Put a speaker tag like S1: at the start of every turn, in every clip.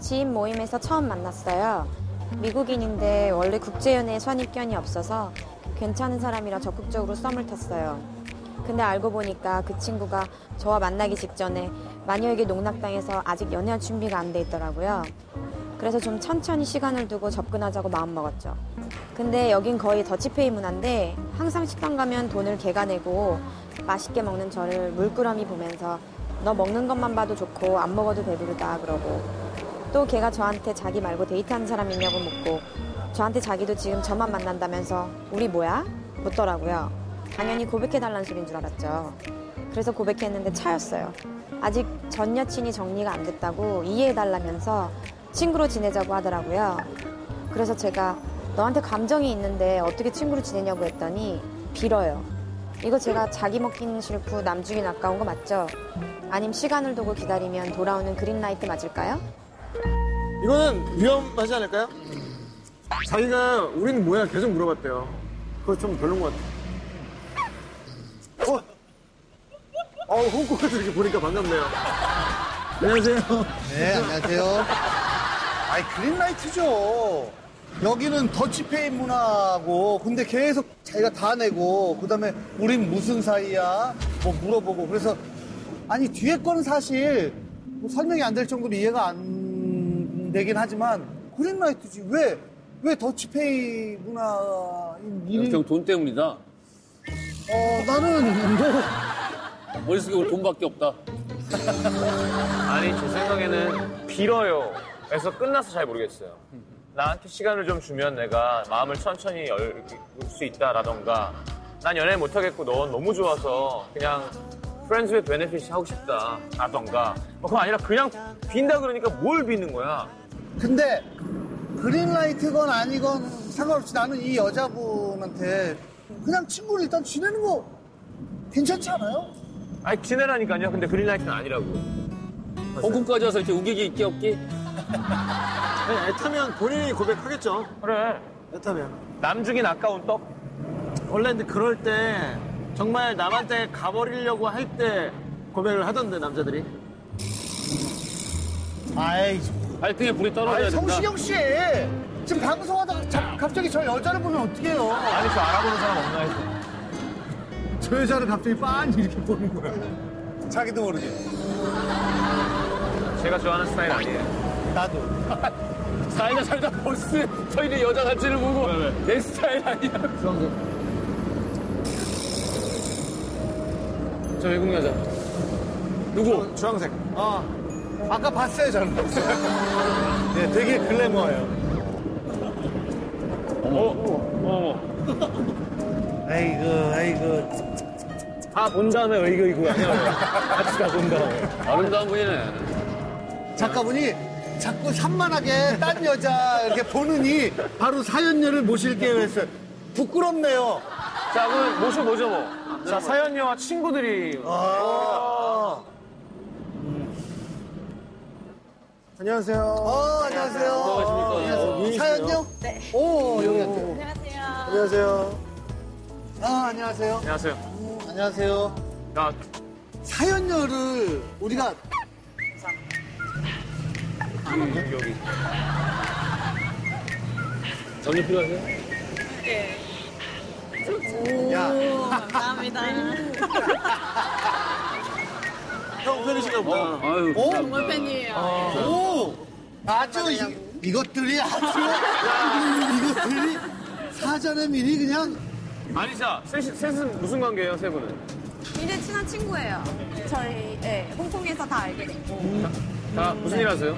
S1: 지인 모임에서 처음 만났어요. 미국인인데 원래 국제연애에 선입견이 없어서 괜찮은 사람이라 적극적으로 썸을 탔어요. 근데 알고 보니까 그 친구가 저와 만나기 직전에 마녀에게 농락당해서 아직 연애할 준비가 안 돼 있더라고요. 그래서 좀 천천히 시간을 두고 접근하자고 마음먹었죠. 근데 여긴 거의 더치페이 문화인데 항상 식당 가면 돈을 개가 내고 맛있게 먹는 저를 물끄러미 보면서 너 먹는 것만 봐도 좋고 안 먹어도 배부르다 그러고 또 걔가 저한테 자기 말고 데이트한 사람 있냐고 묻고 저한테 자기도 지금 저만 만난다면서 우리 뭐야? 묻더라고요. 당연히 고백해달라는 소린 줄 알았죠. 그래서 고백했는데 차였어요. 아직 전 여친이 정리가 안 됐다고 이해해달라면서 친구로 지내자고 하더라고요. 그래서 제가 너한테 감정이 있는데 어떻게 친구로 지내냐고 했더니 빌어요. 이거 제가 자기 먹긴 싫고 남 주긴 아까운 거 맞죠? 아님 시간을 두고 기다리면 돌아오는 그린라이트 맞을까요?
S2: 이거는 위험하지 않을까요? 자기가 우리는 뭐야 계속 물어봤대요. 그거 좀 별론 것 같아. 어? 어, 홍콩에서 이렇게 보니까 반갑네요. 안녕하세요.
S3: 네, 안녕하세요. 아이, 그린라이트죠. 여기는 더치페이 문화고, 근데 계속 자기가 다 내고, 그 다음에 우린 무슨 사이야? 뭐 물어보고, 그래서, 아니, 뒤에 거는 사실 뭐 설명이 안 될 정도로 이해가 안 되긴 하지만, 그린라이트지. 왜, 왜 더치페이 문화인 일이,
S4: 결국 돈 때문이다.
S3: 어, 나는, 뭐,
S4: 머릿속에 우리 돈밖에 없다.
S5: 아니 제 생각에는 빌어요. 그래서 끝나서 잘 모르겠어요. 나한테 시간을 좀 주면 내가 마음을 천천히 열 수 있다라던가 난 연애 못하겠고 넌 너무 좋아서 그냥 프렌즈 위 베네핏 하고 싶다라던가 뭐 그거 아니라 그냥 빈다 그러니까 뭘 비는 거야.
S3: 근데 그린라이트건 아니건 상관없이 나는 이 여자분한테 그냥 친구를 일단 지내는 거 괜찮지 않아요?
S5: 아니 지내라니까요. 근데 그린라이트는 아니라고.
S4: 홍콩까지 와서 이렇게 우기기 있기 없기?
S2: 아니, 네, 애타면 본인이 고백하겠죠.
S5: 그래.
S2: 애타면.
S5: 남주긴 아까운 떡.
S2: 원래 근데 그럴 때 정말 남한테 가버리려고 할 때 고백을 하던데 남자들이.
S3: 아이,
S4: 발등에 불이 떨어져야
S3: 아이
S4: 된다.
S3: 성시경 씨 지금 방송하다가 자- 갑자기 저 여자를 보면 어떡해요?
S5: 아니 저 알아보는 사람 없나 해서.
S3: 저 여자를 갑자기 빤히 이렇게 보는 거야. 자기도 모르게.
S5: 제가 좋아하는 스타일 아니에요.
S3: 나도.
S4: 살다 살다 벌스 저희는 여자 자체를 보고 내 스타일 아니야. 저 외국 여자. 누구?
S2: 주황색.
S3: 아, 아까 봤어요, 저는. 네, 되게 글래머예요. 어머, 어머. 아이고, 아이고.
S5: 다본 다음에 의교 이거 아니야. 같이 다본 다음에.
S4: 아름다운 분이네.
S3: 작가분이 자꾸 산만하게 딴 여자 이렇게 보느니 바로 사연녀를 모실게요 했어요. 부끄럽네요.
S5: 자, 그럼 모셔보죠, 뭐.
S3: 네,
S5: 자, 사연 영화 친구들이.
S3: 아.
S2: 안녕하세요.
S3: 어, 안녕하세요.
S4: 안녕하십니까.
S2: 미인이시네요.
S3: 사연녀? 네. 오, 여기 앉아요.
S2: 안녕하세요.
S3: 아, 안녕하세요.
S5: 안녕하세요.
S3: 음, 안녕하세요.
S5: 나,
S3: 사연녀를 우리가
S4: 전혀 필요하세요?
S3: 야,
S6: 아.
S2: 형 팬이신가 보다.
S4: 아유.
S3: 오,
S7: 정말 팬이에요.
S3: 어? 오! 아주 이, 것들이 아주 이것들이 사전에 미리 그냥
S5: 아니, 자, 셋, 셋은 무슨 관계예요, 세 분은?
S7: 굉장히 친한 친구예요. 저희 네, 홍콩에서 다 알게 됐고
S5: 다 무슨 일 하세요?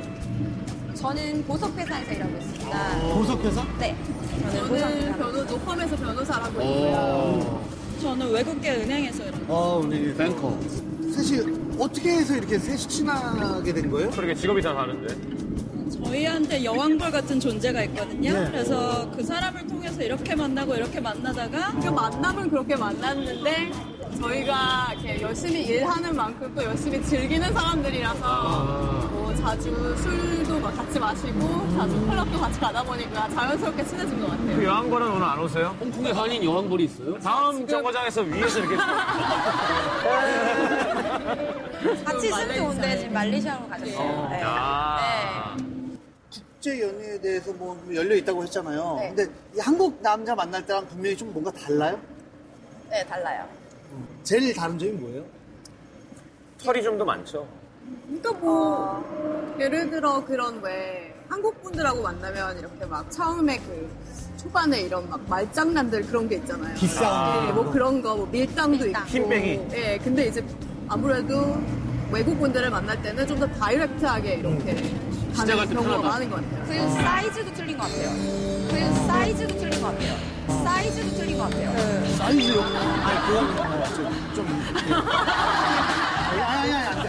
S7: 저는 보석회사에서 일하고 있습니다.
S3: 보석해서
S7: 네.
S6: 저는 변호, 노펌에서 변호사라고 있고요. 저는 외국계 은행에서 일하고
S3: 어 우리
S4: 뱅커.
S3: 셋이 어떻게 해서 이렇게 셋이 친하게 된 거예요?
S5: 그러게 직업이 다 다른데.
S6: 저희한테 여왕벌 같은 존재가 있거든요. 그래서 그 사람을 통해서 이렇게 만나고 이렇게 만나다가 그 만남은 그렇게 만났는데 저희가 이렇게 열심히 일하는 만큼 또 열심히 즐기는 사람들이라서 뭐 자주 술도 막 같이 마시고 자주 클럽도 같이 가다 보니까 자연스럽게 친해진 것 같아요.
S5: 그 여왕벌은 오늘 안 오세요?
S4: 홍콩에 한인 여왕벌이 있어요?
S5: 다음 정거장에서 위에서 이렇게.
S6: 그
S5: 어.
S1: 네. 같이 있으면 좋은데 지금 말리시아로 가셨어요. 네.
S5: 아.
S3: 국제 연애에 대해서 뭐 열려 있다고 했잖아요.
S1: 네.
S3: 근데 이 한국 남자 만날 때랑 분명히 좀 뭔가 달라요?
S1: 네, 달라요.
S3: 제일 다른 점이 뭐예요?
S5: 털이 좀 더 많죠.
S6: 그러니까 뭐 예를 들어 그런 왜 한국 분들하고 만나면 이렇게 막 처음에 그 초반에 이런 막 말장난들 그런 게 있잖아요.
S3: 비싸움.
S6: 예, 뭐 그런 거뭐 밀당도
S1: 밀당.
S6: 있고.
S5: 힘빼기.
S6: 예, 근데 이제 아무래도 외국 분들을 만날 때는 좀 더 다이렉트하게 이렇게
S4: 음. 시작할
S6: 가는
S4: 때
S6: 경우가
S4: 편하다.
S6: 많은 것 같아요.
S1: 그 사이즈도 틀린 것 같아요. 그 사이즈도 틀린 것 같아요. 사이즈도 틀린 것 같아요.
S3: 사이즈요? 아니, 그건 뭐 맞죠. 좀. 예. 아니, 아니, 아니, 아니.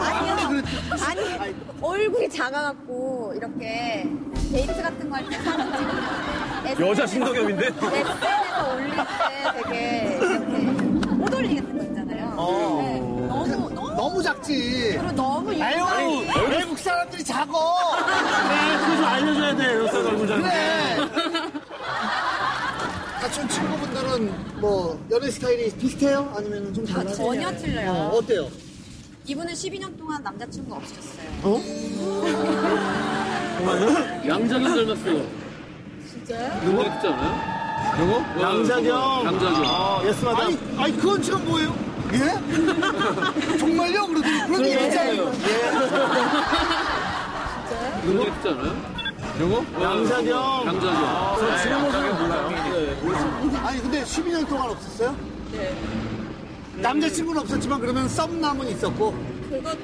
S3: 아니, 아니, 그랬지.
S1: 아니, 얼굴이 작아갖고, 이렇게, 데이트 같은 거 할 때 사진 찍으면.
S5: 여자 신동엽인데?
S1: SNS에 올릴 때 되게, 이렇게, 못 올리게 된거 있잖아요.
S5: 어.
S1: 네. 너무, 너무.
S3: 너무 작지.
S1: 그리고 너무
S3: 아유, 외국 사람들이 작어.
S2: 좀 알려줘야 돼, 요새 얼굴 잘.
S3: 그래. 사촌 친구분들은 뭐 연애 스타일이 비슷해요? 아니면 좀 달라요?
S1: 전혀 틀려요.
S3: 어, 어때요?
S1: 이분은 12년 동안 남자친구 없으셨어요.
S4: 양자경 닮았어요. 진짜요? 누구 같지 않아요?
S2: 누구? 양자경.
S4: 양자경.
S2: 어, 예스마담.
S3: 아니, 아니 그건 지금 뭐예요? 예? 정말요? 그러더니 그런 얘기 있잖아요.
S4: 누구 같지 않아요?
S2: 양자경.
S4: 양자경.
S2: 저 지금 모습은 몰라요.
S3: 아니 근데 12년 동안 없었어요? 네. 남자친구는 없었지만 그러면 썸남은 있었고
S6: 그것도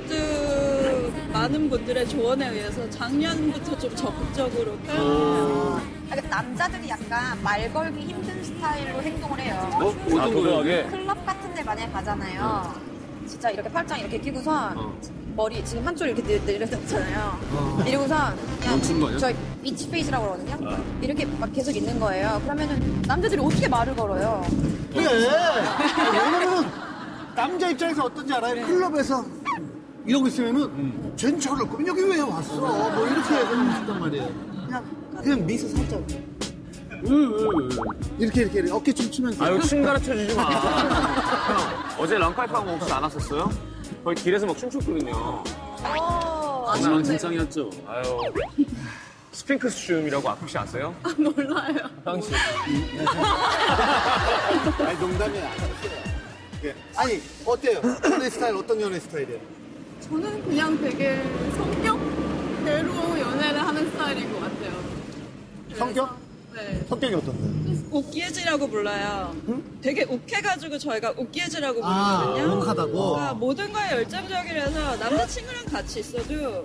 S6: 많은 분들의 조언에 의해서 작년부터 좀 적극적으로 표현을
S1: 그러니까 남자들이 약간 말 걸기 힘든 스타일로 행동을 해요.
S4: 어?
S5: 아,
S4: 어떤 거예요?
S5: 도도하게. 음.
S1: 클럽 같은 데 만약에 가잖아요. 진짜 이렇게 팔짱 이렇게 끼고선
S4: 어.
S1: 머리 지금 한쪽 이렇게 내- 내려놨잖아요. 이러고선
S4: 멈춘 거 아니야? 아.
S1: 저 비치 페이스라고 그러거든요. 이렇게 막 계속 있는 거예요. 그러면은 남자들이 어떻게 말을 걸어요?
S3: 그래 왜냐면은 네. 남자 입장에서 어떤지 알아요? 클럽에서 이러고 있으면은 쟨 저럴 거면 여기 왜 왔어? 뭐 이렇게 해준단 말이에요 그냥 그냥 미소 살짝 이렇게 이렇게 이렇게 어깨 춤 추면서
S5: 아유, 춤 가르쳐 주지 마. 형, 어제 랑카이빵 혹시 안 왔었어요? 거의 길에서 막 춤췄거든요.
S1: 아,
S4: 마지막 아, 진상이었죠.
S5: 아유. 스핑크스 춤이라고 혹시 아세요?
S6: 몰라요.
S5: 당시.
S3: 아니 농담이야 예. 아니 어때요? 연애 스타일 어떤 연애 스타일이에요?
S6: 저는 그냥 되게 성격대로 연애를 하는 스타일인 것 같아요.
S3: 성격?
S6: 네.
S3: 성격이 어떤데?
S6: 웃기해지라고 불러요. 되게 욱해가지고 저희가 웃기해지라고
S3: 아,
S6: 부르거든요.
S3: 욱하다고?
S6: 그러니까 모든 거에 열정적이라서 남자친구랑 같이 있어도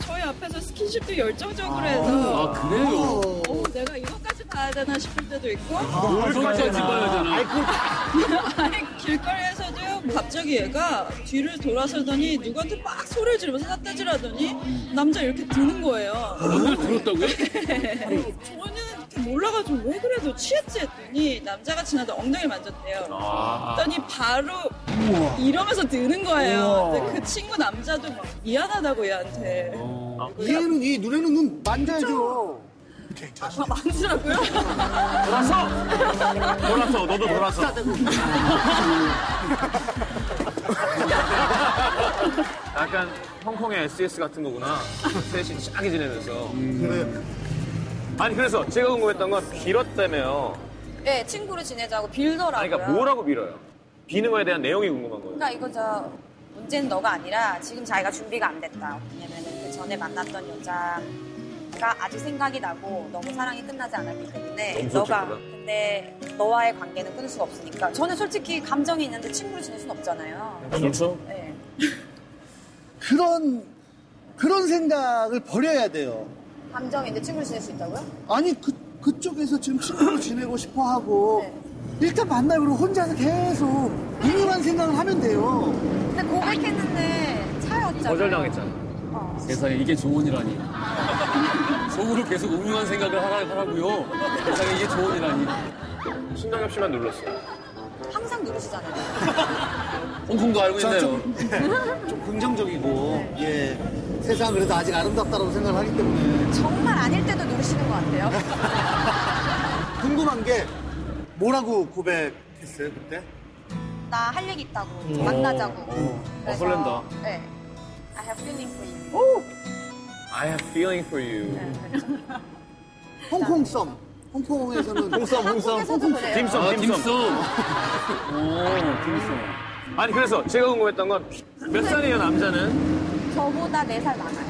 S6: 저희 앞에서 스킨십도 열정적으로 해서
S4: 아, 그래요?
S6: 어, 내가 이것까지 봐야 되나 싶을 때도 있고
S2: 아,
S4: 아, 뭘까지 짚어야 되나?
S6: 아니, 길거리에서도 갑자기 얘가 뒤를 돌아서더니 누구한테 막 소리를 지르면서 삿대질하더니 남자 이렇게 드는 거예요.
S4: 오늘 들었다고요?
S6: 저는 이렇게 몰라가지고 왜 그래도 취했지 했더니 남자가 지나다 엉덩이 만졌대요.
S5: 아.
S6: 했더니 바로 이러면서 드는 거예요. 근데 그 친구 남자도 막 미안하다고 얘한테
S3: 얘는 이 눈에는 눈 만져야죠
S6: 아, 만지라고요?
S5: 돌아서! 돌아서, 너도 돌아서. 약간 홍콩의 SES 같은 거구나. 셋이 짝이 지내면서. 아니, 그래서 제가 궁금했던 건 빌었다며요.
S1: 네, 친구로 지내자고 빌더라고요.
S5: 아니, 그러니까 뭐라고 빌어요? 비는 거에 대한 내용이 궁금한 거예요.
S1: 그러니까 이거 저 문제는 너가 아니라 지금 자기가 준비가 안 됐다. 왜냐면은 그 전에 만났던 여자가 아직 생각이 나고 너무 사랑이 끝나지 않았기 때문에
S5: 너무
S1: 너가
S5: 솔직하다.
S1: 근데 너와의 관계는 끊을 수가 없으니까 저는 솔직히 감정이 있는데 친구로 지낼 순 없잖아요.
S5: 그렇죠.
S1: 네.
S3: 그런 그런 생각을 버려야 돼요.
S1: 감정인데 친구로 지낼 수 있다고요?
S3: 아니 그 그쪽에서 지금 친구로 지내고 싶어 하고 일단 만나요. 그리고 혼자서 계속 우울한 생각을 하면 돼요.
S1: 근데 고백했는데 차였잖아요.
S5: 거절당했잖아.
S4: 세상에 이게 조언이라니. 속으로 계속 우유한 생각을 하라, 하라고요. 세상에 이게 조언이라니.
S5: 신동엽 씨만 눌렀어요.
S1: 항상 누르시잖아요.
S4: 홍콩도 알고
S3: 저는
S4: 있네요.
S3: 좀, 좀 긍정적이고 예 세상 그래도 아직 아름답다고 생각을 하기 때문에
S1: 정말 아닐 때도 누르시는 것 같아요.
S3: 궁금한 게 뭐라고 고백했어요 그때?
S1: 나 할 얘기 있다고 만나자고.
S4: 어, 설렌다.
S1: 네. I have feeling for you.
S5: I I have feeling for you.
S3: 홍콩 썸. 홍콩에서는
S2: 홍썸, 홍썸.
S6: 한국에서도 그래요.
S5: 딤섬,
S4: 아,
S5: 딤섬.
S4: 딤섬. 오, 딤섬.
S5: 아니 그래서 제가 궁금했던 건 몇 살이에요 남자는?
S1: 저보다 4살 많아요.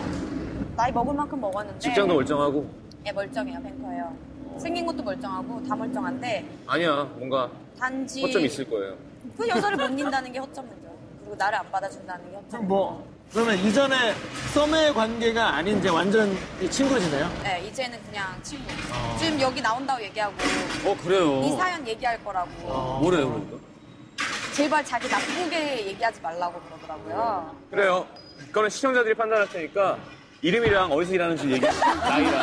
S1: 나이 먹을 만큼 먹었는데.
S5: 직장도 멀쩡하고
S1: 예, 멀쩡해요, 뱅커예요. 생긴 것도 멀쩡하고 다 멀쩡한데
S5: 아니야 뭔가
S1: 단지
S5: 허점 있을 거예요.
S1: 그 여자를 못 닌다는 게 허점이죠. 그리고 나를 안 받아준다는 게 허점.
S2: 그럼 뭐, 그러면 이전에 썸의 관계가 아닌 이제 완전 이 친구지네요? 어.
S1: 네, 이제는 그냥 친구. 지금 여기 나온다고 얘기하고
S4: 어, 그래요.
S1: 이 사연 얘기할 거라고.
S2: 어.
S4: 뭐래요, 그러니까?
S1: 제발 자기 나쁘게 얘기하지 말라고 그러더라고요.
S5: 그래요. 그거는 시청자들이 판단할 테니까 이름이랑 어디서 일하는지 얘기, 나이랑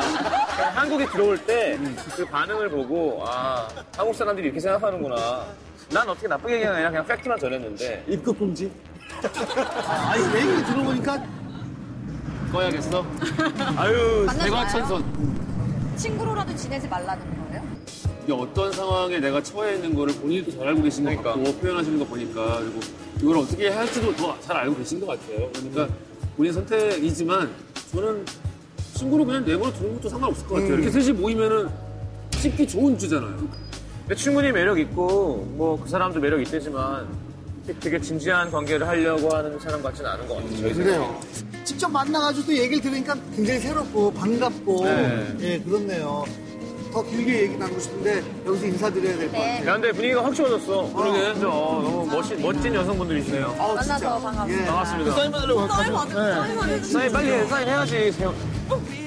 S5: 한국에 들어올 때 그 반응을 보고 아 한국 사람들이 이렇게 생각하는구나. 난 어떻게 나쁘게 얘기하는 게 아니라 그냥 팩트만 전했는데
S2: 입국 금지?
S3: 아니 내 얘기 들어보니까
S4: 꺼야겠어?
S5: 아유
S1: 만나지
S4: 대과천선.
S1: 마요. 친구로라도 지내지 말라는 거예요?
S4: 이게 어떤 상황에 내가 처해 있는 거를 본인도 잘 알고 계신 것 같고 표현하시는 거 보니까 그리고 이걸 어떻게 해야 할지도 더 잘 알고 계신 것 같아요. 그러니까 본인 선택이지만 저는 친구로 그냥 내버려 두는 것도 상관없을 것 같아요. 이렇게 셋이 모이면은 씹기 좋은 주잖아요.
S5: 근데 충분히 매력 있고 뭐 그 사람도 매력 있대지만 되게 진지한 관계를 하려고 하는 사람 같지는 않은 것 같아요. 저희 생각에.
S3: 그래요. 직접 만나가지고 또 얘기를 들으니까 굉장히 새롭고 반갑고
S5: 네.
S3: 예 그렇네요. 더 길게 얘기 나누고 싶은데 여기서 인사드려야
S1: 네.
S3: 될 것 같아요.
S5: 야, 근데 분위기가 확 좋아졌어.
S3: 그러게.
S5: 그러게. 너무 멋진, 멋진 여성분들이시네요.
S3: 아우,
S1: 만나서
S3: 진짜.
S1: 반갑습니다.
S3: 예.
S5: 반갑습니다.
S2: 사인 받으려고 가죠.
S6: 사인 받을 사인 받을
S5: 사인 빨리 해, 사인해야지. 세요.